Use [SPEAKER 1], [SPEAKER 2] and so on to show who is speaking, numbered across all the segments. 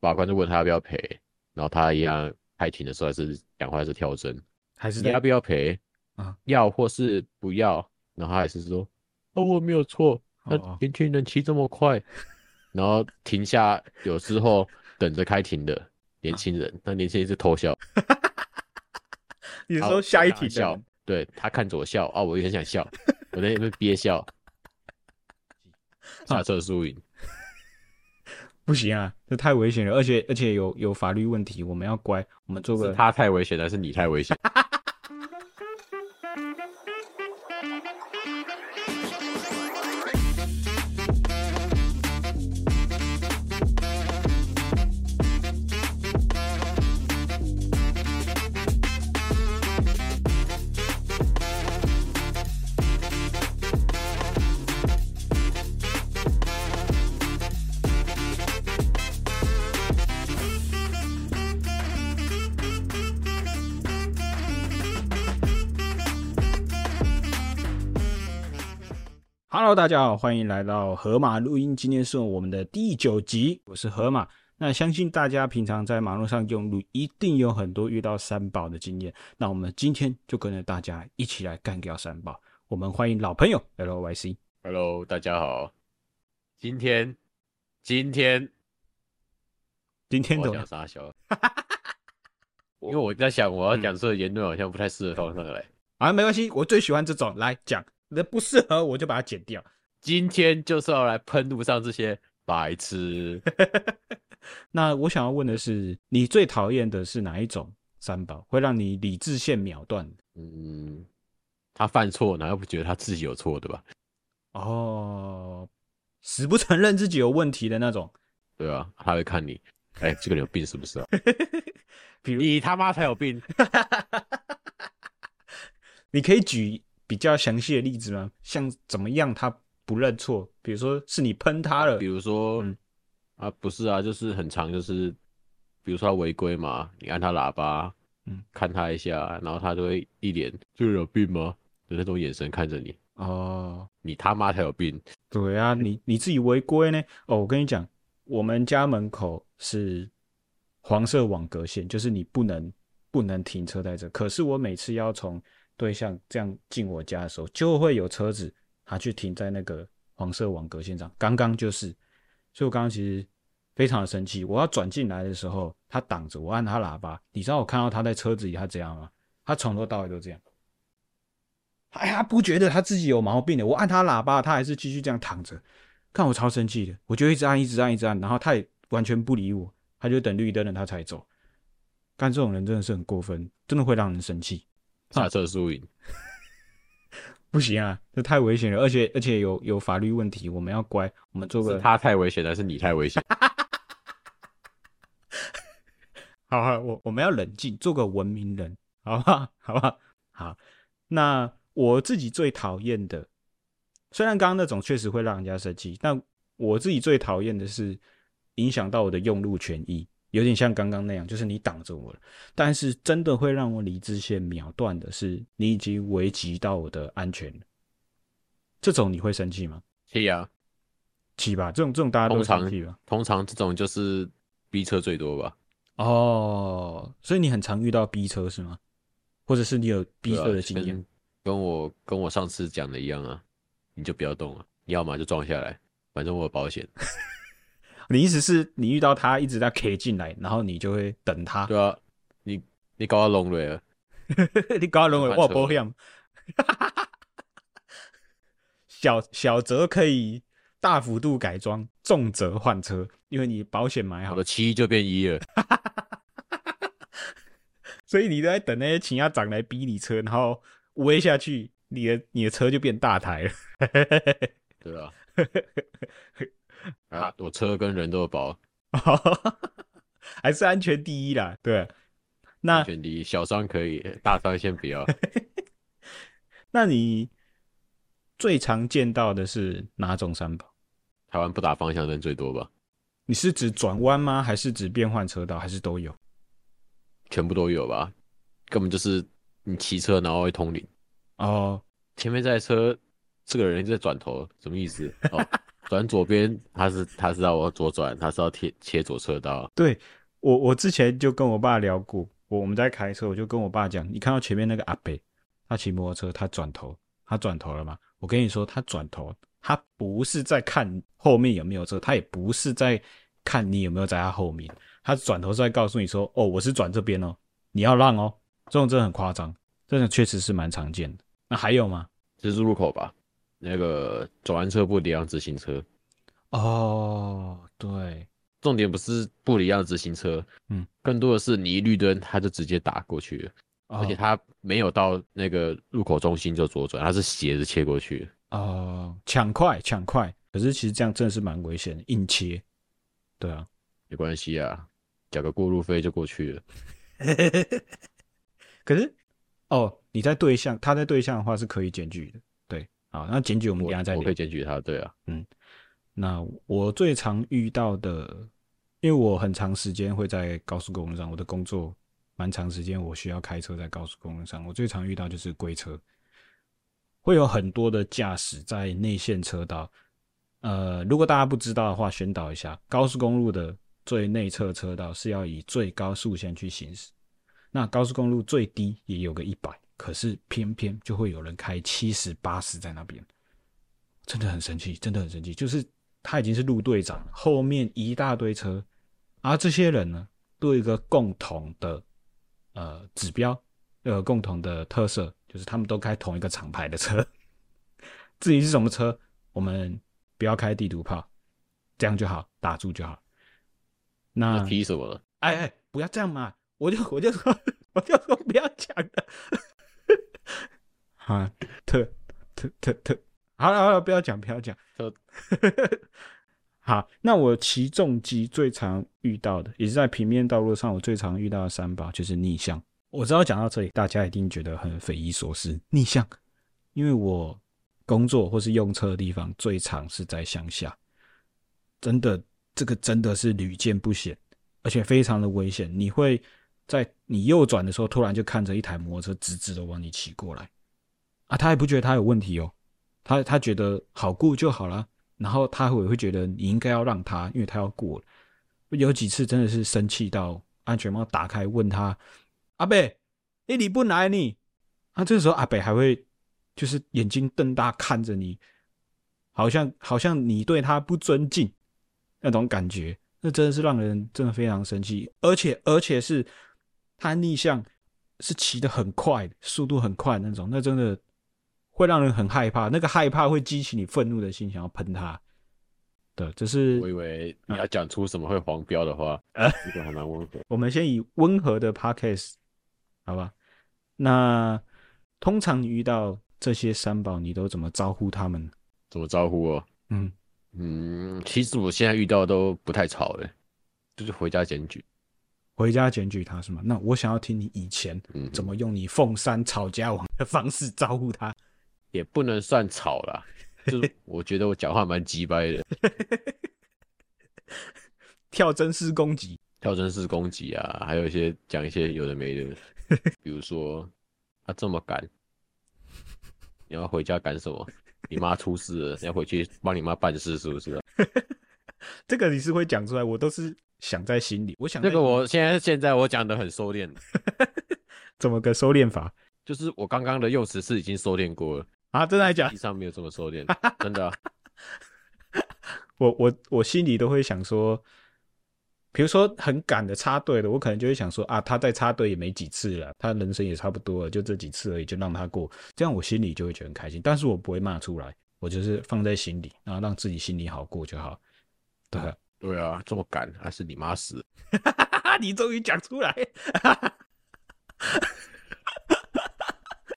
[SPEAKER 1] 法官就问他要不要赔，然后他一样开庭的时候还是讲话还是跳针，
[SPEAKER 2] 还是
[SPEAKER 1] 你要
[SPEAKER 2] 在
[SPEAKER 1] 不要赔
[SPEAKER 2] 啊？
[SPEAKER 1] 要或是不要？然后他还是说，哦，我没有错，那
[SPEAKER 2] 哦
[SPEAKER 1] 年轻人骑这么 快，然后停下有之后等着开庭的年轻人，那年轻人是偷笑，
[SPEAKER 2] 你
[SPEAKER 1] 然
[SPEAKER 2] 说
[SPEAKER 1] 后
[SPEAKER 2] 下一
[SPEAKER 1] 我
[SPEAKER 2] 题
[SPEAKER 1] 看他笑
[SPEAKER 2] 的，
[SPEAKER 1] 对他看着我笑啊，我也很想 笑，我在那边憋笑，下车输赢，
[SPEAKER 2] 不行啊，这太危险了，而且而且有有法律问题，我们要乖，我们做
[SPEAKER 1] 是
[SPEAKER 2] 个
[SPEAKER 1] 他太危险了还是你太危险？
[SPEAKER 2] Hello，大家好，欢迎来到河马录音。今天是我们的第九集，我是河马。那相信大家平常在马路上用路，一定有很多遇到三宝的经验。那我们今天就跟着大家一起来干掉三宝。我们欢迎老朋友 LYC。
[SPEAKER 1] Hello，大家好，今天今天
[SPEAKER 2] 今天
[SPEAKER 1] 我
[SPEAKER 2] 怎
[SPEAKER 1] 要讲？
[SPEAKER 2] 么
[SPEAKER 1] 傻 笑，因为我在想我要
[SPEAKER 2] 嗯
[SPEAKER 1] 讲出的言论好像不太适合放上来。
[SPEAKER 2] 啊，没关系，我最喜欢这种，来讲，那不适合我就把它剪掉。
[SPEAKER 1] 今天就是要来喷路上这些白 痴，
[SPEAKER 2] 那我想要问的是，你最讨厌的是哪一种三宝，会让你理智线秒断？
[SPEAKER 1] 嗯，他犯错，难道不觉得他自己有错的吧？
[SPEAKER 2] 哦，死不承认自己有问题的那种。
[SPEAKER 1] 对啊，他会看你，哎、这个人有病是不 是啊？
[SPEAKER 2] 比如
[SPEAKER 1] 你他妈才有病！
[SPEAKER 2] 你可以举比较详细的例子吗？像怎么样他不认错？比如说是你喷他了
[SPEAKER 1] 比，如说，
[SPEAKER 2] 嗯
[SPEAKER 1] 啊，不是啊，就是很长，就是比如说他违规嘛，你按他喇叭，
[SPEAKER 2] 嗯，
[SPEAKER 1] 看他一下，然后他就会一脸这个人有病吗的那种眼神看着你，
[SPEAKER 2] 哦，
[SPEAKER 1] 你他妈才有病！
[SPEAKER 2] 对啊，你你自己违规呢？哦，我跟你讲，我们家门口是黄色网格线，就是你不能不能停车在这。可是我每次要从对象这样进我家的时候，就会有车子他去停在那个黄色网格线上。刚刚就是，所以我刚刚其实非常的生气。我要转进来的时候，他挡着我，按他喇叭。你知道我看到他在车子里他怎样吗？他从头到尾都这样。哎呀，不觉得他自己有毛病的，我按他喇叭，他还是继续这样躺着，看我超生气的，我就一直按，一直按，一直按，然后他也完全不理我，他就等绿灯了他才走。干这种人真的是很过分，真的会让人生气。啊
[SPEAKER 1] 下车输赢，
[SPEAKER 2] 不行啊，这太危险了，而且而且有有法律问题，我们要乖，我们做
[SPEAKER 1] 是
[SPEAKER 2] 个
[SPEAKER 1] 他太危险了，还是你太危险？
[SPEAKER 2] 好好，我我们要冷静，做个文明人，好吧，好 吧，好。那我自己最讨厌的，虽然刚刚那种确实会让人家生气，但我自己最讨厌的是影响到我的用路权益，有点像刚刚那样，就是你挡着我了。但是真的会让我理智线秒断的是，你已经危及到我的安全了。这种你会生气吗？
[SPEAKER 1] 气啊！
[SPEAKER 2] 气吧，这种这种大家都会
[SPEAKER 1] 通常
[SPEAKER 2] 生气吧。
[SPEAKER 1] 通常这种就是逼车最多吧？
[SPEAKER 2] 哦，所以你很常遇到逼车是吗？或者是你有逼
[SPEAKER 1] 对啊
[SPEAKER 2] 车的经验？
[SPEAKER 1] 跟跟我跟我上次讲的一样啊，你就不要动啊，你要么就撞下来，反正我有保险。
[SPEAKER 2] 你意思是你遇到他一直在 K 进来，然后你就会等他，
[SPEAKER 1] 对啊，你你搞到聋了耶，
[SPEAKER 2] 你搞到认为
[SPEAKER 1] 换
[SPEAKER 2] 哇
[SPEAKER 1] 车
[SPEAKER 2] 保险， 小小则可以大幅度改装，重则换车，因为你保险买
[SPEAKER 1] 我
[SPEAKER 2] 好
[SPEAKER 1] 的，七就变一了。
[SPEAKER 2] 所以你都在等那些请家长来逼你车，然后威下去，你的你的车就变大台了。
[SPEAKER 1] 对啊，啊，我车跟人都有保，
[SPEAKER 2] 还是安全第一啦，对。啊那
[SPEAKER 1] 安全第一，小伤可以，大伤先不要。
[SPEAKER 2] 那你最常见到的是哪种三宝？
[SPEAKER 1] 台湾不打方向灯最多吧？
[SPEAKER 2] 你是指转弯吗？还是指变换车道？还是都有？
[SPEAKER 1] 全部都有吧？根本就是你骑车然后会通灵，
[SPEAKER 2] 哦，
[SPEAKER 1] 前面这台车这个人一直在转头，什么意思？哦，转左边，他是他是要往左转，他是要切切左车道。
[SPEAKER 2] 对我，我之前就跟我爸聊过，我我们在开车，我就跟我爸讲，你看到前面那个阿伯，他骑摩托车，他转头，他转头了嘛？我跟你说，他转头，他不是在看后面有没有车，他也不是在看你有没有在他后面，他转头是在告诉你说，哦，我是转这边哦，你要让哦。这种真的很夸张，这种确实是蛮常见的。那还有吗？
[SPEAKER 1] 十字路口吧，那个转弯车不礼让直行车，
[SPEAKER 2] 哦，对，
[SPEAKER 1] 重点不是不礼让直行车，
[SPEAKER 2] 嗯，
[SPEAKER 1] 更多的是你一绿灯他就直接打过去了，
[SPEAKER 2] 哦
[SPEAKER 1] 而且他没有到那个入口中心就左转，他是斜着切过去。
[SPEAKER 2] 哦，抢快抢快，可是其实这样真的是蛮危险的，硬切。对啊，
[SPEAKER 1] 没关系啊，缴个过路费就过去了。
[SPEAKER 2] 可是哦，你在对象，他在对象的话是可以检举的。对，好，那检举我们
[SPEAKER 1] 我
[SPEAKER 2] 等一下再
[SPEAKER 1] 我可
[SPEAKER 2] 聊
[SPEAKER 1] 以。检举他，对啊，
[SPEAKER 2] 那我最常遇到的，因为我很长时间会在高速公路上，我的工作蛮长时间我需要开车在高速公路上，我最常遇到就是龟车，会有很多的驾驶在内线车道。呃，如果大家不知道的话，宣导一下，高速公路的最内侧车道是要以最高速线去行驶。那高速公路最低也有个一百，可是偏偏就会有人开七十、八十在那边，真的很生气，真的很生气。就是他已经是路队长了，后面一大堆车，而这些人呢，都有一个共同的呃指标，呃共同的特色，就是他们都开同一个厂牌的车。 至于是什么车，我们不要开地图炮，这样就好，打住就好。那
[SPEAKER 1] 那踢什么了？
[SPEAKER 2] 哎哎，不要这样嘛！ 我就我就说 我就说不要讲的， 啊，特特特特，好了好了，不要讲不要讲
[SPEAKER 1] 特，
[SPEAKER 2] 好，那我骑重机最常遇到的，也是在平面道路上我最常遇到的三宝就是逆向。我知道讲到这里，大家一定觉得很匪夷所思，逆向，因为我工作或是用车的地方最常是在乡下，真的这个真的是屡见不鲜。而且非常的危险。你会在你右转的时候，突然就看着一台摩托车直直的往你骑过来，啊，他还不觉得他有问题哦，他他觉得好过就好啦，然后他也会觉得你应该要让他，因为他要过了。有几次真的是生气到安全帽打开问他：“阿北，你你不来你？”啊，这时候阿北还会就是眼睛瞪大看着你，好像好像你对他不尊敬那种感觉，那真的是让人真的非常生气。而且而且是他逆向是骑得很快的，速度很快的那种，那真的会让人很害怕。那个害怕会激起你愤怒的心，想要喷他。对，这是
[SPEAKER 1] 我以为你要讲出什么会黄标的话，
[SPEAKER 2] 啊
[SPEAKER 1] 这个还蛮温和。
[SPEAKER 2] 我们先以温和的 podcast，好吧？那通常你遇到这些三宝，你都怎么招呼他们？
[SPEAKER 1] 怎么招呼哦？
[SPEAKER 2] 嗯，
[SPEAKER 1] 嗯，其实我现在遇到都不太吵了，就是回家检举。
[SPEAKER 2] 回家检举他是吗？那我想要听你以前
[SPEAKER 1] 嗯，
[SPEAKER 2] 怎么用你凤山吵架王的方式招呼他。
[SPEAKER 1] 也不能算吵啦，就是我觉得我讲话蛮鸡掰的，
[SPEAKER 2] 跳针式攻击，
[SPEAKER 1] 跳针式攻击啊，还有一些讲一些有的没的，比如说啊这么赶，你要回家赶什么？你妈出事了，你要回去帮你妈办事是不是啊？
[SPEAKER 2] 这个你是会讲出来，我都是想在心里。我想
[SPEAKER 1] 这个我现在现在我讲的很收敛，
[SPEAKER 2] 怎么个收敛法
[SPEAKER 1] 就是我刚刚的用词是已经收敛过了，
[SPEAKER 2] 啊？真的还假
[SPEAKER 1] 地？上没有这么收敛，真的啊、
[SPEAKER 2] 我我我心里都会想说，比如说很赶的插队的，我可能就会想说啊，他在插队也没几次了，他人生也差不多了，就这几次而已，就让他过，这样我心里就会觉得很开心。但是我不会骂出来，我就是放在心里，然后让自己心里好过就好。对，
[SPEAKER 1] 对啊，这么赶还是你妈死？
[SPEAKER 2] 啊 你终于讲出来，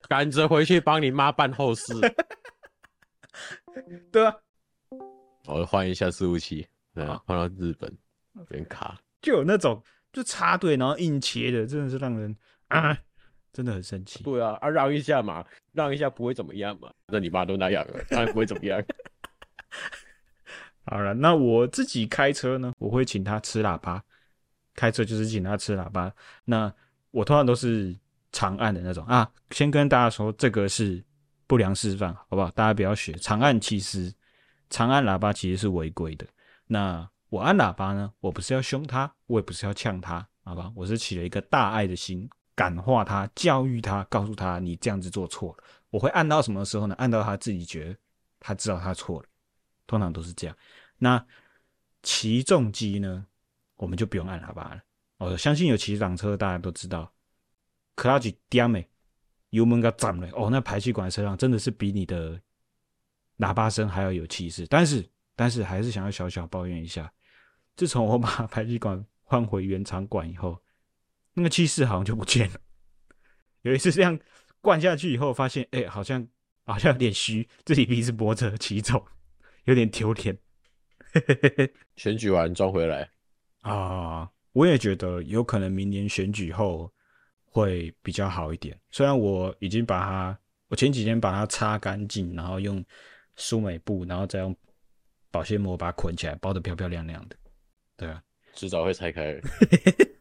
[SPEAKER 1] 赶着回去帮你妈办后事，
[SPEAKER 2] 对啊，
[SPEAKER 1] 我换一下伺服器，对啊
[SPEAKER 2] 好，
[SPEAKER 1] 换到日本，有点卡。
[SPEAKER 2] 就有那种就插队然后硬切的，真的是让人啊，真的很生气。
[SPEAKER 1] 对啊，啊让一下嘛，让一下不会怎么样嘛。那你妈都那样了，当然不会怎么样。
[SPEAKER 2] 好了，那我自己开车呢，我会请他吃喇叭，开车就是请他吃喇叭。那我通常都是长按的那种啊。先跟大家说，这个是不良示范，好不好？大家不要学。长按其实长按喇叭其实是违规的。那我按喇叭呢，我不是要凶他，我也不是要呛他，好吧？我是起了一个大爱的心，感化他、教育他，告诉他你这样子做错了。我会按到什么时候呢？按到他自己觉得他知道他错了，通常都是这样。那起重机呢，我们就不用按喇叭了。哦，相信有骑挡车，大家都知道，克拉举点诶，油门给涨了，哦，那排气管的声浪真的是比你的喇叭声还要有气势。但是，但是还是想要小小抱怨一下，自从我把排气管换回原厂管以后，那个气势好像就不见了。有一次这样灌下去以后，发现哎、好像好像有点虚，自己鼻子脖子起肿，有点丢脸。
[SPEAKER 1] 选举完装回来，
[SPEAKER 2] 啊，我也觉得有可能明年选举后会比较好一点。虽然我已经把它，我前几天把它擦干净，然后用舒美布，然后再用保鲜膜把它捆起来，包得漂漂亮亮的。对啊，
[SPEAKER 1] 迟早会拆开的。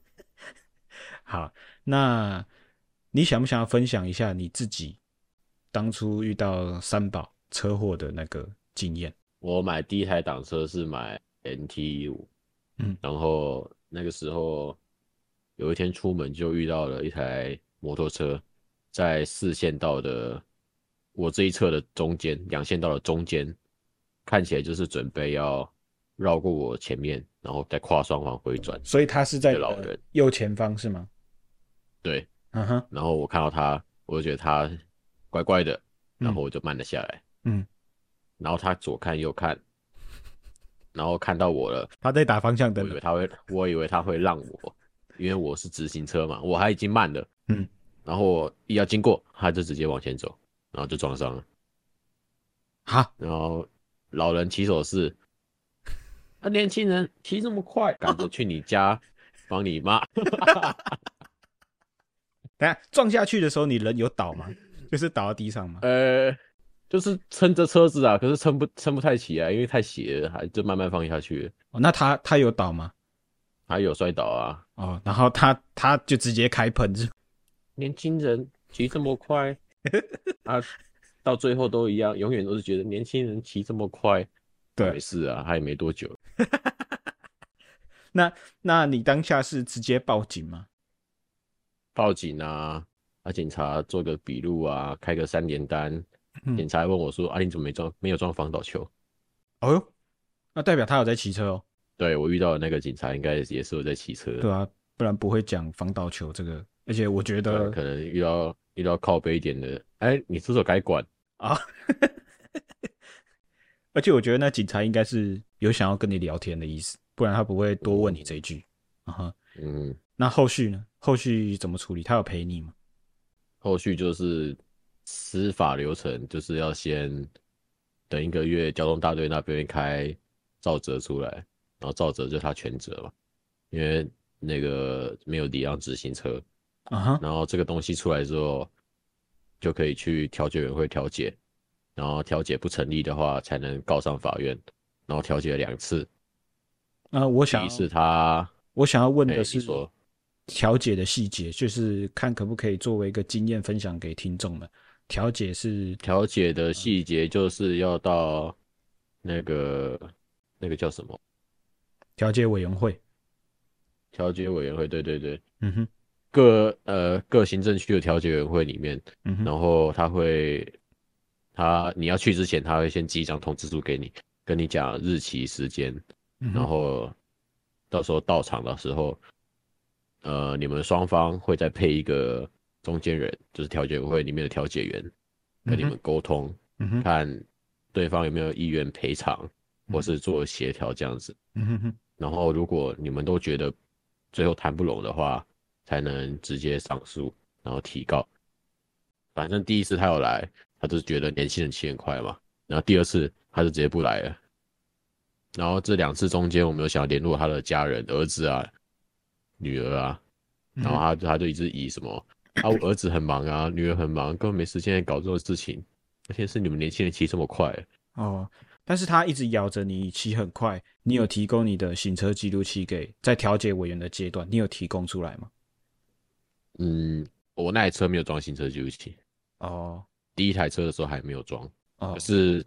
[SPEAKER 2] 好，那你想不想要分享一下你自己当初遇到三宝车祸的那个经验？
[SPEAKER 1] 我买第一台挡车是买 NT 五，
[SPEAKER 2] 嗯
[SPEAKER 1] 然后那个时候有一天出门就遇到了一台摩托车，在四线道的我这一侧的中间，两线道的中间，看起来就是准备要绕过我前面，然后再跨双黄回转。
[SPEAKER 2] 所以他是在
[SPEAKER 1] 一个老
[SPEAKER 2] 你的
[SPEAKER 1] 人
[SPEAKER 2] 右前方是吗？
[SPEAKER 1] 对，
[SPEAKER 2] 嗯哼，
[SPEAKER 1] 然后我看到他，我就觉得他怪怪的，然后我就慢了下来。
[SPEAKER 2] 嗯，
[SPEAKER 1] 然后他左看右看，然后看到我了，
[SPEAKER 2] 他在打方向
[SPEAKER 1] 我
[SPEAKER 2] 灯
[SPEAKER 1] 以为他会，我以为他会让我，因为我是直行车嘛，我还已经慢了。
[SPEAKER 2] 嗯，
[SPEAKER 1] 然后我一要经过，他就直接往前走，然后就撞上了。
[SPEAKER 2] 哈，
[SPEAKER 1] 然后老人骑手是，啊，年轻人骑这么快，赶着去你家帮你妈。
[SPEAKER 2] 等一下撞下去的时候，你人有倒 吗？就是倒到地上吗？
[SPEAKER 1] 呃，就是撑着车子啊，可是撑不撑不太起啊来，因为太斜了，还就慢慢放下去，
[SPEAKER 2] 哦，那他他有倒吗？
[SPEAKER 1] 还有摔倒啊。
[SPEAKER 2] 哦，然后他他就直接开喷，是
[SPEAKER 1] 年轻人骑这么 快啊，到最后都一样，永远都是觉得年轻人骑这么快，
[SPEAKER 2] 对
[SPEAKER 1] 没事啊，他也没多久，
[SPEAKER 2] 那你当下是直接报警吗？
[SPEAKER 1] 报警啊，啊，警察做个笔录啊，开个三联单，
[SPEAKER 2] 嗯
[SPEAKER 1] 警察还问我说啊，你怎么没装没有装防倒球？
[SPEAKER 2] 哦哟，那代表他有在骑车哦。
[SPEAKER 1] 对我遇到的那个警察应该也是有在骑车，
[SPEAKER 2] 对啊，不然不会讲防倒球这个。而且我觉
[SPEAKER 1] 对啊
[SPEAKER 2] 得
[SPEAKER 1] 可能遇到遇到靠背一点的，哎，你出手该管。
[SPEAKER 2] 啊，而且我觉得那警察应该是有想要跟你聊天的意思，不然他不会多问你这一句。啊哈，
[SPEAKER 1] 嗯，
[SPEAKER 2] 那后续呢？后续怎么处理？他有陪你吗？
[SPEAKER 1] 后续就是司法流程，就是要先等一个月，交通大队那边开照责出来，然后照责就他全责嘛，因为那个没有礼让直行车，
[SPEAKER 2] 啊哈，
[SPEAKER 1] 然后这个东西出来之后，就可以去调解委员会调解，然后调解不成立的话，才能告上法院，然后调解了两次，
[SPEAKER 2] 那、啊我
[SPEAKER 1] 嗯第
[SPEAKER 2] 想
[SPEAKER 1] 一次他
[SPEAKER 2] 我想要问
[SPEAKER 1] 哎
[SPEAKER 2] 的
[SPEAKER 1] 你
[SPEAKER 2] 是
[SPEAKER 1] 说
[SPEAKER 2] 调解的细节，就是看可不可以作为一个经验分享给听众们。调解是
[SPEAKER 1] 调解的细节就是要到那个那个叫什么？
[SPEAKER 2] 调解委员会，
[SPEAKER 1] 调解委员会，对对对，
[SPEAKER 2] 嗯哼，
[SPEAKER 1] 各呃各行政区的调解委员会里面，
[SPEAKER 2] 嗯哼，
[SPEAKER 1] 然后他会他你要去之前，他会先寄一张通知书给你，跟你讲日期、时间，
[SPEAKER 2] 嗯哼
[SPEAKER 1] 然后到时候到场的时候，呃，你们双方会再配一个中间人，就是调解委员会里面的调解员，跟你
[SPEAKER 2] 嗯哼
[SPEAKER 1] 们沟通，
[SPEAKER 2] 嗯哼，
[SPEAKER 1] 看对方有没有意愿赔偿，或
[SPEAKER 2] 嗯
[SPEAKER 1] 是做协调这样子。
[SPEAKER 2] 嗯哼哼，
[SPEAKER 1] 然后如果你们都觉得最后谈不拢的话，才能直接上诉，然后提告。反正第一次他有来，他就觉得年轻人骑很快嘛，然后第二次他就直接不来了。然后这两次中间，我们有想要联络他的家人、儿子啊、女儿啊，
[SPEAKER 2] 嗯哼
[SPEAKER 1] 然后他他就一直以什么啊，我儿子很忙啊，女儿很忙，根本没时间搞这种事情，而且是你们年轻人骑这么快，
[SPEAKER 2] 哦，但是他一直咬着你骑很快，你有提供你的行车记录器给在调解委员的阶段，你有提供出来吗？
[SPEAKER 1] 嗯，我那台车没有装行车记录器，
[SPEAKER 2] 哦
[SPEAKER 1] 第一台车的时候还没有装。
[SPEAKER 2] 哦
[SPEAKER 1] 可，是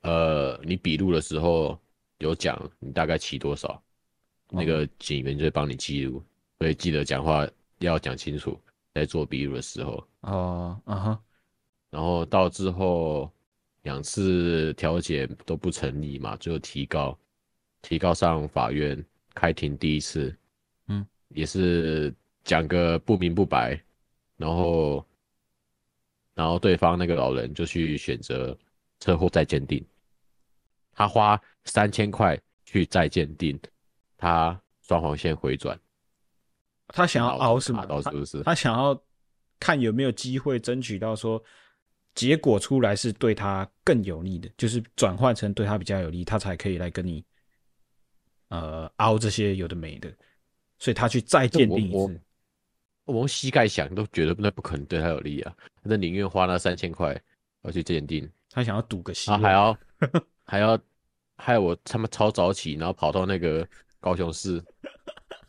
[SPEAKER 1] 呃，你笔录的时候有讲你大概骑多少，那个警员就会帮你记录，所以记得讲话要讲清楚，在做笔录的时候。
[SPEAKER 2] 哦，啊哈，
[SPEAKER 1] 然后到之后两次调解都不成立嘛，最后提告，提告上法院开庭第一次，
[SPEAKER 2] 嗯，
[SPEAKER 1] 也是讲个不明不白，然后然后对方那个老人就去选择车祸再鉴定，他花三千块去再鉴定他双黄线回转，
[SPEAKER 2] 他想要熬是吗
[SPEAKER 1] 打？到是
[SPEAKER 2] 他
[SPEAKER 1] 不是？
[SPEAKER 2] 他想要看有没有机会争取到说结果出来是对他更有利的，就是转换成对他比较有利，他才可以来跟你呃凹这些有的没的，所以他去再鉴定
[SPEAKER 1] 我
[SPEAKER 2] 一
[SPEAKER 1] 我
[SPEAKER 2] 次。
[SPEAKER 1] 我用膝盖想都觉得那不可能对他有利啊，那宁愿花那三千块要去鉴定，
[SPEAKER 2] 他想要赌个希
[SPEAKER 1] 然
[SPEAKER 2] 望，
[SPEAKER 1] 啊后还要 还要害我他妈超早起，然后跑到那个高雄市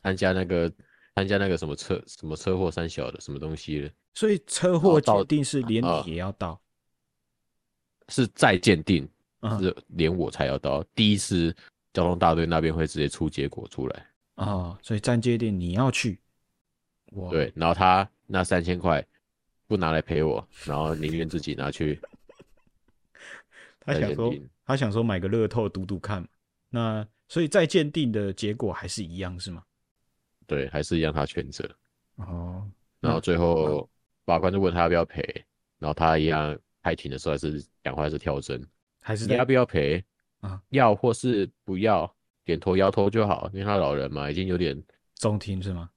[SPEAKER 1] 参加那个参加那个什么车什么车祸三小的什么东西的，
[SPEAKER 2] 所以车祸
[SPEAKER 1] 哦到
[SPEAKER 2] 鉴定是连
[SPEAKER 1] 啊
[SPEAKER 2] 你也要到，
[SPEAKER 1] 是再鉴定，
[SPEAKER 2] 嗯
[SPEAKER 1] 是连我才要到，第一次交通大队那边会直接出结果出来，
[SPEAKER 2] 啊，所以站界店你要去，我
[SPEAKER 1] 对，然后他那三千块不拿来赔我，然后宁愿自己拿去
[SPEAKER 2] 他
[SPEAKER 1] 再
[SPEAKER 2] 想
[SPEAKER 1] 鉴
[SPEAKER 2] 说
[SPEAKER 1] 定
[SPEAKER 2] 他想说买个乐透赌赌看，那所以再鉴定的结果还是一样是吗？
[SPEAKER 1] 对，还是让他全责。
[SPEAKER 2] 哦，
[SPEAKER 1] 然后最后法官就问他要不要赔，然后他一样开庭的时候还是讲话还是跳针，
[SPEAKER 2] 还是
[SPEAKER 1] 你
[SPEAKER 2] 在
[SPEAKER 1] 要不要赔
[SPEAKER 2] 啊？
[SPEAKER 1] 要或是不要，点头摇头就好，因为他老人嘛，已经有点
[SPEAKER 2] 中庭是吗？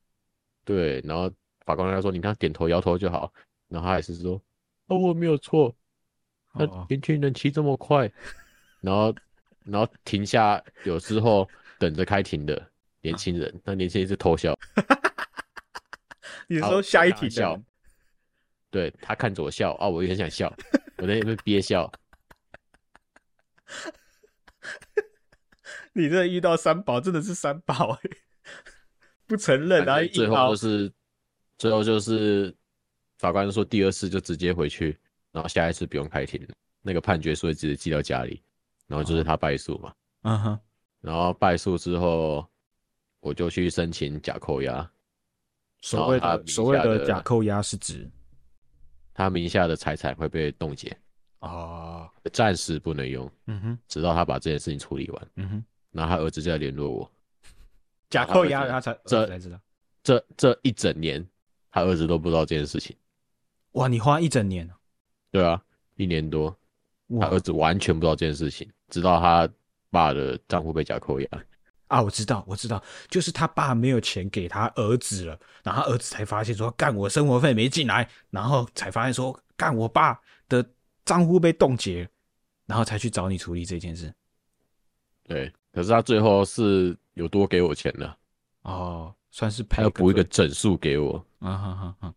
[SPEAKER 1] 对。然后法官跟他说，你看点头摇头就好，然后他还是说，哦，我没有错，那
[SPEAKER 2] 哦
[SPEAKER 1] 年轻人骑这么快，然后 然后停下有之后等着开庭的年轻人，那年轻人是偷笑，
[SPEAKER 2] 你
[SPEAKER 1] 好
[SPEAKER 2] 说下一
[SPEAKER 1] 开
[SPEAKER 2] 题
[SPEAKER 1] 玩笑
[SPEAKER 2] 的人
[SPEAKER 1] 对他看着我笑，啊，我也很想笑，我在那边憋笑。
[SPEAKER 2] 你这遇到三宝 真的是三宝、欸，不承认， 然后
[SPEAKER 1] 反正
[SPEAKER 2] 一
[SPEAKER 1] 最
[SPEAKER 2] 凹
[SPEAKER 1] 后就是最后就是法官说第二次就直接回去，然后下一次不用开庭了，那个判决书也直接寄到家里，然后
[SPEAKER 2] 哦
[SPEAKER 1] 就是他败诉嘛，
[SPEAKER 2] 嗯哼，
[SPEAKER 1] 然后败诉之后我就去申请假扣押，
[SPEAKER 2] 所谓
[SPEAKER 1] 然后
[SPEAKER 2] 的
[SPEAKER 1] 他
[SPEAKER 2] 所谓
[SPEAKER 1] 名下
[SPEAKER 2] 的
[SPEAKER 1] 的
[SPEAKER 2] 假扣押是指
[SPEAKER 1] 他名下的财产会被冻结，
[SPEAKER 2] 哦，
[SPEAKER 1] 暂时不能用，
[SPEAKER 2] 嗯哼，
[SPEAKER 1] 直到他把这件事情处理完。
[SPEAKER 2] 嗯哼，
[SPEAKER 1] 然后他儿子就在联络我，
[SPEAKER 2] 假
[SPEAKER 1] 他
[SPEAKER 2] 扣
[SPEAKER 1] 儿
[SPEAKER 2] 押
[SPEAKER 1] 子
[SPEAKER 2] 他才
[SPEAKER 1] 这
[SPEAKER 2] 儿子才知道。
[SPEAKER 1] 这这一整年他儿子都不知道这件事情，
[SPEAKER 2] 哇，你花一整年哦，
[SPEAKER 1] 对啊，一年多。他
[SPEAKER 2] 哇
[SPEAKER 1] 儿子完全不知道这件事情，直到他爸的账户被假扣押。
[SPEAKER 2] 啊，我知道，我知道，就是他爸没有钱给他儿子了，然后他儿子才发现说，干我生活费没进来，然后才发现说，干我爸的账户被冻结了，然后才去找你处理这件事。
[SPEAKER 1] 对，可是他最后是有多给我钱的，
[SPEAKER 2] 哦，算是
[SPEAKER 1] 他
[SPEAKER 2] 赔
[SPEAKER 1] 要补一个
[SPEAKER 2] 罪
[SPEAKER 1] 整数给我。
[SPEAKER 2] 啊哈哈哈，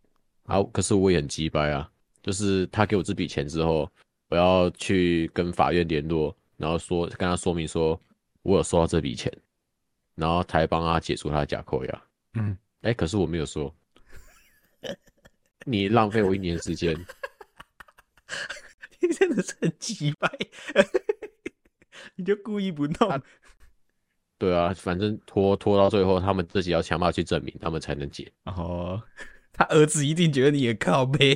[SPEAKER 1] 啊，可是我也很鸡掰啊，就是他给我这笔钱之后，我要去跟法院联络，然后说跟他说明说我有收到这笔钱，然后才帮他解除他的假扣押。
[SPEAKER 2] 嗯，
[SPEAKER 1] 哎，可是我没有说，你浪费我一年时间。
[SPEAKER 2] 你 真的是很鸡掰， 你就故意不弄。
[SPEAKER 1] 对啊，反正拖拖到最后，他们自己要想办法去证明，他们才能解。
[SPEAKER 2] 哦， 他儿子一定觉得你也靠背，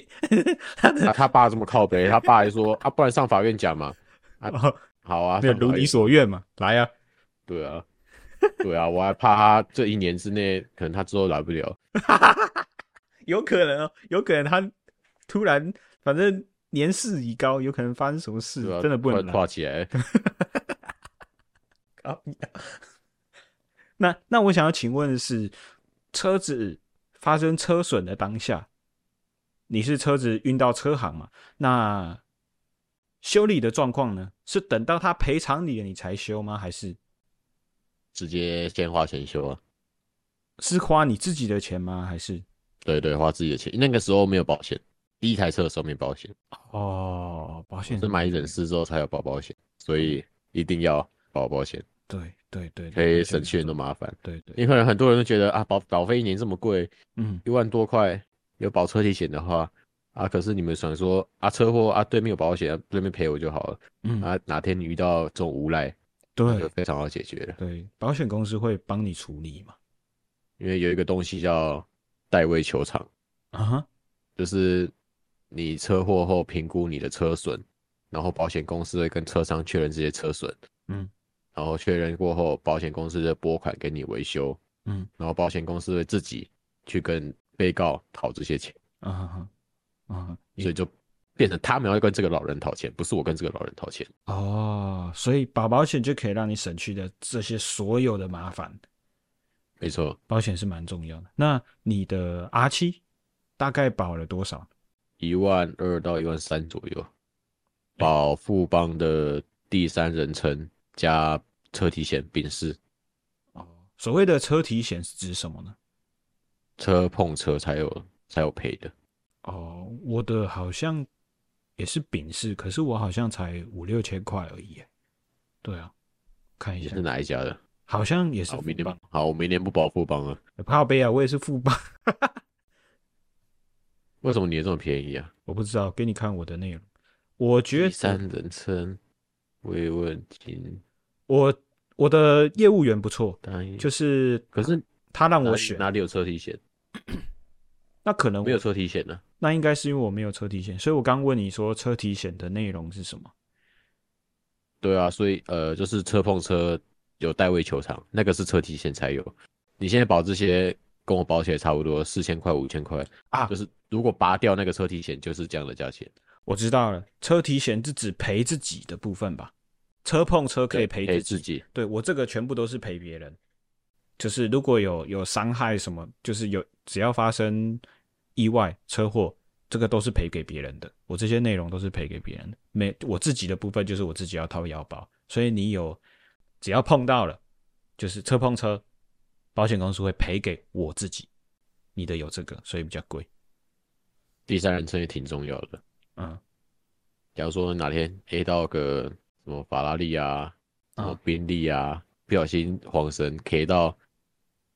[SPEAKER 2] 他的
[SPEAKER 1] 啊、 他爸这么靠北，他爸还说啊，不然上法院讲嘛。
[SPEAKER 2] 哦，
[SPEAKER 1] 好啊，
[SPEAKER 2] 没有
[SPEAKER 1] 上法
[SPEAKER 2] 如你
[SPEAKER 1] 院
[SPEAKER 2] 所愿嘛，来啊，
[SPEAKER 1] 对啊，对啊，我还怕他这一年之内，可能他之后来不了。
[SPEAKER 2] 有可能哦，有可能他突然，反正年事已高，有可能发生什么事，
[SPEAKER 1] 对啊，
[SPEAKER 2] 真的不能来。
[SPEAKER 1] 挂起来。
[SPEAKER 2] 靠你啊那那我想要请问的是，车子发生车损的当下，你是车子运到车行嘛？那修理的状况呢？是等到他赔偿你了你才修吗？还是
[SPEAKER 1] 直接先花钱修啊。
[SPEAKER 2] 是花你自己的钱吗？还是
[SPEAKER 1] 对对，花自己的钱。那个时候没有保险，第一台车的时候没保险，
[SPEAKER 2] 哦，保险
[SPEAKER 1] 是买忍四之后才有保保险，所以
[SPEAKER 2] 嗯
[SPEAKER 1] 一定要保保险，
[SPEAKER 2] 对对对，
[SPEAKER 1] 可以省去很多麻烦。
[SPEAKER 2] 对对，
[SPEAKER 1] 因为可能很多人都觉得啊，保保费一年这么贵，
[SPEAKER 2] 嗯
[SPEAKER 1] 一万多块，有保车体险的话，啊，可是你们想说啊车祸啊对面有保险，啊对面赔我就好了。
[SPEAKER 2] 嗯，
[SPEAKER 1] 啊，哪天你遇到这种无赖，那就
[SPEAKER 2] 对
[SPEAKER 1] 非常好解决了，
[SPEAKER 2] 对，保险公司会帮你处理嘛？
[SPEAKER 1] 因为有一个东西叫代位球场，
[SPEAKER 2] 啊哈，
[SPEAKER 1] 就是你车祸后评估你的车损，然后保险公司会跟车商确认这些车损，
[SPEAKER 2] 嗯，
[SPEAKER 1] 然后确认过后，保险公司就拨款给你维修，
[SPEAKER 2] 嗯，
[SPEAKER 1] 然后保险公司会自己去跟被告讨这些钱，
[SPEAKER 2] 啊哈哈，啊哈，
[SPEAKER 1] 所以就变成他们要跟这个老人讨钱，不是我跟这个老人讨钱。
[SPEAKER 2] 哦，所以保保险就可以让你省去的这些所有的麻烦，
[SPEAKER 1] 没错，
[SPEAKER 2] 保险是蛮重要的。那你的 R 七大概保了多少？
[SPEAKER 1] 一万二到一万三左右，
[SPEAKER 2] 嗯
[SPEAKER 1] 保富邦的第三人称加车体险丙式，
[SPEAKER 2] 哦，所谓的车体险是指什么呢？
[SPEAKER 1] 车碰车才有才有赔的。
[SPEAKER 2] 哦，我的好像也是丙式，可是我好像才五六千块而已耶。对啊，看一
[SPEAKER 1] 你
[SPEAKER 2] 下
[SPEAKER 1] 是，哪一家的？
[SPEAKER 2] 好像也是
[SPEAKER 1] 好，我
[SPEAKER 2] 富
[SPEAKER 1] 明年
[SPEAKER 2] 邦。
[SPEAKER 1] 好，我明年不保富邦了。
[SPEAKER 2] 靠背啊，我也是富邦，
[SPEAKER 1] 为什么你的这么便宜啊？
[SPEAKER 2] 我不知道，给你看我的内容。我觉
[SPEAKER 1] 第
[SPEAKER 2] 得
[SPEAKER 1] 三人称慰问金
[SPEAKER 2] 我我的业务员不错，
[SPEAKER 1] 答应，
[SPEAKER 2] 就是
[SPEAKER 1] 可是
[SPEAKER 2] 他让
[SPEAKER 1] 哪
[SPEAKER 2] 我
[SPEAKER 1] 里
[SPEAKER 2] 选，
[SPEAKER 1] 哪里有车体险？
[SPEAKER 2] 那可能
[SPEAKER 1] 没有
[SPEAKER 2] 我
[SPEAKER 1] 车体险呢、
[SPEAKER 2] 那应该是因为我没有车体险，所以我刚问你说车体险的内容是什么？
[SPEAKER 1] 对啊，所以呃，就是车碰车有代位球场，那个是车体险才有。你现在保这些跟我保起来差不多四千块五千块
[SPEAKER 2] 啊
[SPEAKER 1] 就是如果拔掉那个车体险，就是这样的价钱，
[SPEAKER 2] 我知道了，车体险是指赔自己的部分吧？车碰车可以
[SPEAKER 1] 对
[SPEAKER 2] 赔
[SPEAKER 1] 赔
[SPEAKER 2] 自
[SPEAKER 1] 自
[SPEAKER 2] 己，
[SPEAKER 1] 己。
[SPEAKER 2] 对我这个全部都是赔别人，就是如果有有伤害什么，就是有只要发生意外车祸，这个都是赔给别人的。我这些内容都是赔给别人的，没我自己的部分就是我自己要掏腰包。所以你有只要碰到了，就是车碰车，保险公司会赔给我自己。你的有这个，所以比较贵。
[SPEAKER 1] 第三人称也挺重要的。
[SPEAKER 2] 嗯
[SPEAKER 1] 假如说哪天 A 到个什么法拉利啊，什么
[SPEAKER 2] 啊
[SPEAKER 1] 宾利啊，不小心晃神 K 到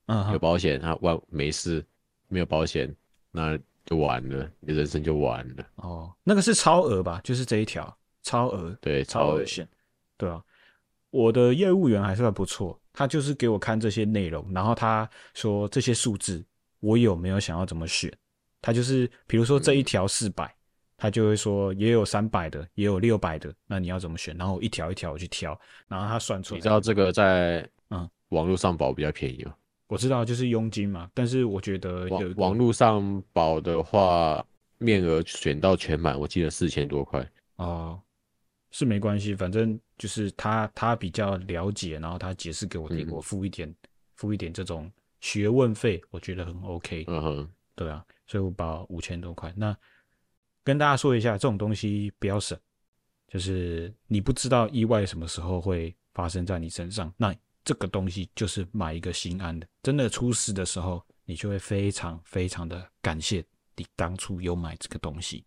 [SPEAKER 2] 嗯
[SPEAKER 1] 有
[SPEAKER 2] 哼，
[SPEAKER 1] 保险，他万没事，没有保险那就完了，你人生就完了。
[SPEAKER 2] 哦，那个是超额吧？就是这一条超额
[SPEAKER 1] 对，
[SPEAKER 2] 超
[SPEAKER 1] 超
[SPEAKER 2] 恶心，对啊，我的业务员还算不错，他就是给我看这些内容，然后他说这些数字我有没有想要怎么选，他就是比如说这
[SPEAKER 1] 嗯
[SPEAKER 2] 一条四百、他就会说也有三百的，也有六百的，那你要怎么选？然后我一条一条我去挑，然后他算出
[SPEAKER 1] 你
[SPEAKER 2] 来
[SPEAKER 1] 知，道这个在
[SPEAKER 2] 嗯
[SPEAKER 1] 网络上保比较便宜吗？
[SPEAKER 2] 我知道就是佣金嘛，但是我觉得有一
[SPEAKER 1] 网
[SPEAKER 2] 个
[SPEAKER 1] 网络上保的话，面额选到全满，我记得四千多块。
[SPEAKER 2] 哦，是没关系，反正就是他他比较了解，然后他解释给我听，
[SPEAKER 1] 嗯
[SPEAKER 2] 我付一点付一点这种学问费，我觉得很 OK，
[SPEAKER 1] 嗯哼，
[SPEAKER 2] 对啊，所以我保五千多块。那跟大家说一下，这种东西不要省，就是你不知道意外什么时候会发生在你身上，那这个东西就是买一个心安的，真的出事的时候，你就会非常非常的感谢你当初有买这个东西。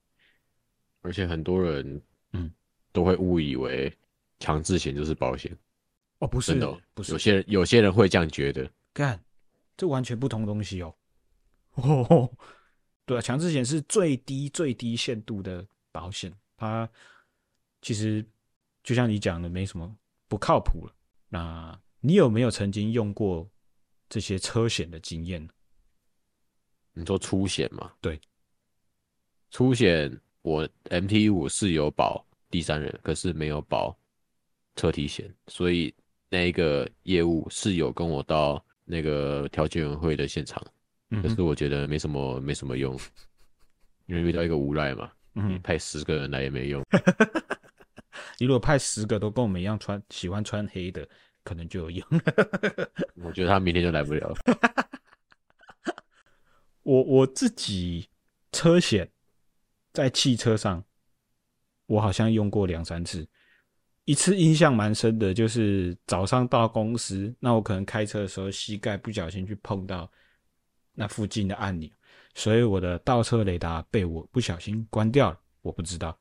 [SPEAKER 1] 而且很多人
[SPEAKER 2] 嗯
[SPEAKER 1] 都会误以为强制险就是保险，
[SPEAKER 2] 哦，不
[SPEAKER 1] 真
[SPEAKER 2] 是
[SPEAKER 1] 的哦、，
[SPEAKER 2] 不是
[SPEAKER 1] 有，些人有些人会这样觉得。
[SPEAKER 2] 干，这完全不同东西哦。哦，对啊，强制险是最低最低限度的保险，它其实就像你讲的，没什么不靠谱了。那你有没有曾经用过这些车险的经验呢？
[SPEAKER 1] 你说出险嘛？
[SPEAKER 2] 对，
[SPEAKER 1] 出险我 MT 五是有保第三人，可是没有保车体险，所以那一个业务是有跟我到那个调解委员会的现场，
[SPEAKER 2] 嗯
[SPEAKER 1] 可
[SPEAKER 2] 哼
[SPEAKER 1] 是我觉得没什么没什么用，因为遇到一个无赖嘛，
[SPEAKER 2] 嗯哼，
[SPEAKER 1] 派十个人来也没用。
[SPEAKER 2] 你如果派十个都跟我们一样穿喜欢穿黑的，可能就有用。
[SPEAKER 1] 我觉得他明天就来不了了。
[SPEAKER 2] 我我自己车险在汽车上，我好像用过两三次。一次印象蛮深的，就是早上到公司，那我可能开车的时候膝盖不小心去碰到那附近的按钮，所以我的倒车雷达被我不小心关掉了，我不知道。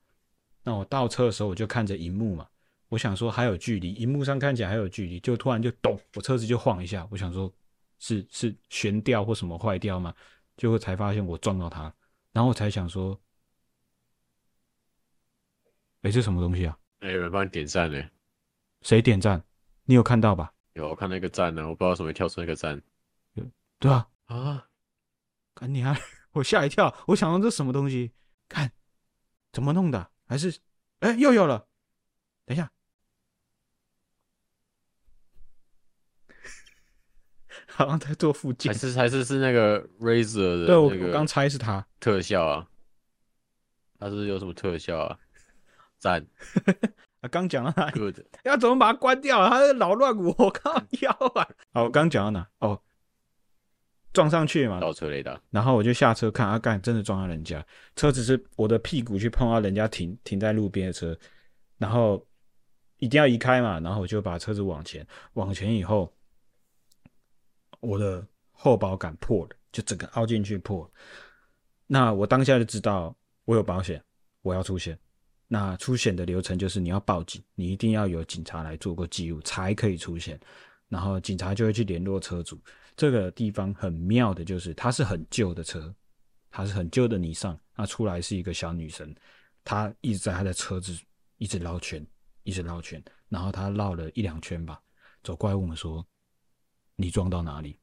[SPEAKER 2] 那我倒车的时候，我就看着荧幕嘛，我想说还有距离，荧幕上看起来还有距离，就突然就咚，我车子就晃一下，我想说是是悬吊或什么坏掉吗？结果才发现我撞到他，然后我才想说，哎，这什么东西啊？
[SPEAKER 1] 哎、有人帮你点赞呢，
[SPEAKER 2] 谁点赞？你有看到吧？
[SPEAKER 1] 有我看那个赞呢、我不知道为什么会跳出那个赞
[SPEAKER 2] 对啊，
[SPEAKER 1] 啊，
[SPEAKER 2] 干你啊！我吓一跳，我想到这什么东西？看，怎么弄的？还是，哎，又有了。等一下， 好像在做附件
[SPEAKER 1] 还。是还是是那个 Razer 的
[SPEAKER 2] 对，我
[SPEAKER 1] 那
[SPEAKER 2] 我刚
[SPEAKER 1] 个
[SPEAKER 2] 猜是他。
[SPEAKER 1] 特效啊，它是不是有什么特效啊？赞
[SPEAKER 2] 啊，刚讲到哪？
[SPEAKER 1] good，
[SPEAKER 2] 要怎么把它关掉啊？它在扰乱我， 我靠腰啊！好，我刚讲到哪？哦，撞上去嘛，
[SPEAKER 1] 倒车雷达，
[SPEAKER 2] 然后我就下车看，啊，干，真的撞到人家，车子是我的屁股去碰到人家停停在路边的车，然后一定要移开嘛，然后我就把车子往前，往前以后，我的后保杆破了，就整个凹进去破了。那我当下就知道我有保险，我要出险。那出险的流程就是你要报警，你一定要有警察来做过记录才可以出险，然后警察就会去联络车主。这个地方很妙的就是，它是很旧的车，它是很旧的尼桑，那出来是一个小女生，她一直在她的车子一直绕圈，一直绕圈，然后她绕了一两圈吧，走过来问我说：“你撞到哪里？”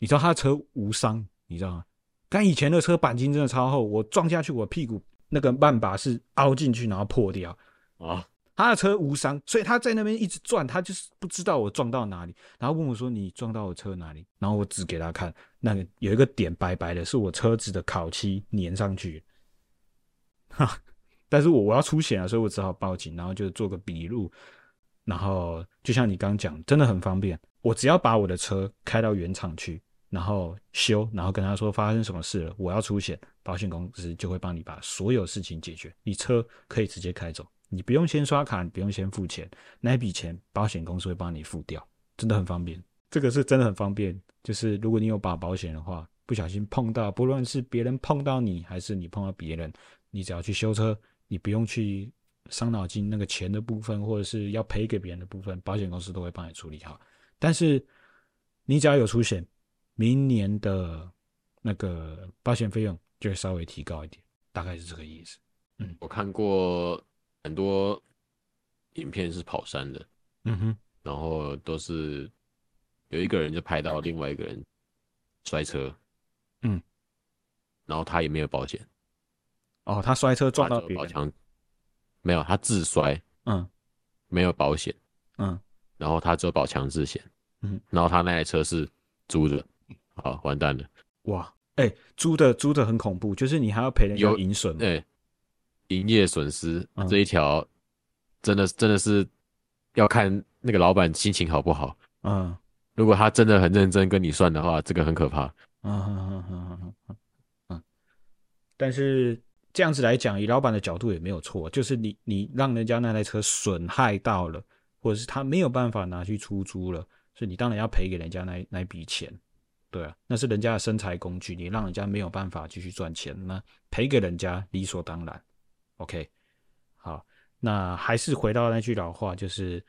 [SPEAKER 2] 你知道她的车无伤，你知道吗？但以前的车钣金真的超厚，我撞下去，我屁股那个半把是凹进去，然后破掉。
[SPEAKER 1] 啊，
[SPEAKER 2] 他的车无伤，所以他在那边一直转，他就是不知道我撞到哪里，然后问我说你撞到我车哪里，然后我指给他看，那个有一个点白白的，是我车子的烤漆粘上去， 哈，但是我我要出险啊，所以我只好报警，然后就做个笔录，然后就像你刚讲，真的很方便，我只要把我的车开到原厂去，然后修，然后跟他说发生什么事了，我要出险，保险公司就会帮你把所有事情解决，你车可以直接开走，你不用先刷卡，你不用先付钱，那一笔钱保险公司会帮你付掉，真的很方便。这个是真的很方便，就是如果你有把保险的话，不小心碰到，不论是别人碰到你，还是你碰到别人，你只要去修车，你不用去伤脑筋那个钱的部分，或者是要赔给别人的部分，保险公司都会帮你处理好。但是你只要有出险，明年的那个保险费用就会稍微提高一点，大概是这个意思。
[SPEAKER 1] 我看过很多影片是跑山的，
[SPEAKER 2] 嗯哼，
[SPEAKER 1] 然后都是有一个人就拍到另外一个人摔车，
[SPEAKER 2] 嗯，
[SPEAKER 1] 然后他也没有保险，
[SPEAKER 2] 哦，他摔车撞到
[SPEAKER 1] 他就
[SPEAKER 2] 别
[SPEAKER 1] 保
[SPEAKER 2] 人，
[SPEAKER 1] 强，没有，他自摔
[SPEAKER 2] 嗯
[SPEAKER 1] 没有保险，
[SPEAKER 2] 嗯，
[SPEAKER 1] 然后他只有保强制险，
[SPEAKER 2] 嗯，
[SPEAKER 1] 然后他那台车是租的，好完蛋了，
[SPEAKER 2] 哇，哎、租的租的很恐怖，就是你还要赔人家
[SPEAKER 1] 有
[SPEAKER 2] 银损嘛，
[SPEAKER 1] 哎、营业损失、
[SPEAKER 2] 嗯
[SPEAKER 1] 这一条真的真的是要看那个老板心情好不好，
[SPEAKER 2] 嗯
[SPEAKER 1] 如果他真的很认真跟你算的话，这个很可怕。
[SPEAKER 2] 嗯嗯嗯嗯嗯嗯， 但是这样子来讲，以老板的角度也没有错，就是你你让人家那台车损害到了，或者是他没有办法拿去出租了，所以你当然要赔给人家那那一笔钱，对啊，那是人家的生财工具，你让人家没有办法继续赚钱，那赔给人家理所当然。OK，好，那还是回到那句老话，就是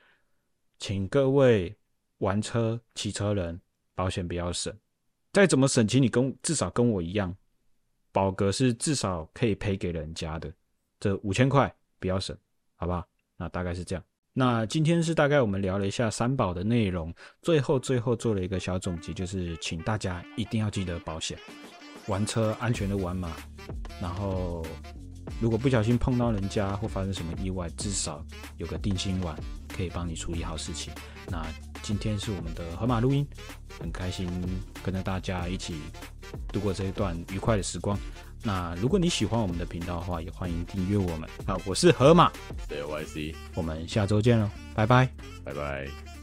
[SPEAKER 2] 请各位玩车、骑车人，保险不要省。再怎么省，请你跟至少跟我一样，保格是至少可以赔给人家的，这五千块不要省，好不好？那大概是这样。那今天是大概我们聊了一下三宝的内容，最后最后做了一个小总结，就是请大家一定要记得保险，玩车安全的玩嘛，然后如果不小心碰到人家或发生什么意外，至少有个定心丸可以帮你处理好事情。那今天是我们的河马录音，很开心跟着大家一起度过这一段愉快的时光。那如果你喜欢我们的频道的话，也欢迎订阅我们。那我是河马，
[SPEAKER 1] 对，YC，
[SPEAKER 2] 我们下周见喽，拜拜。
[SPEAKER 1] 拜拜。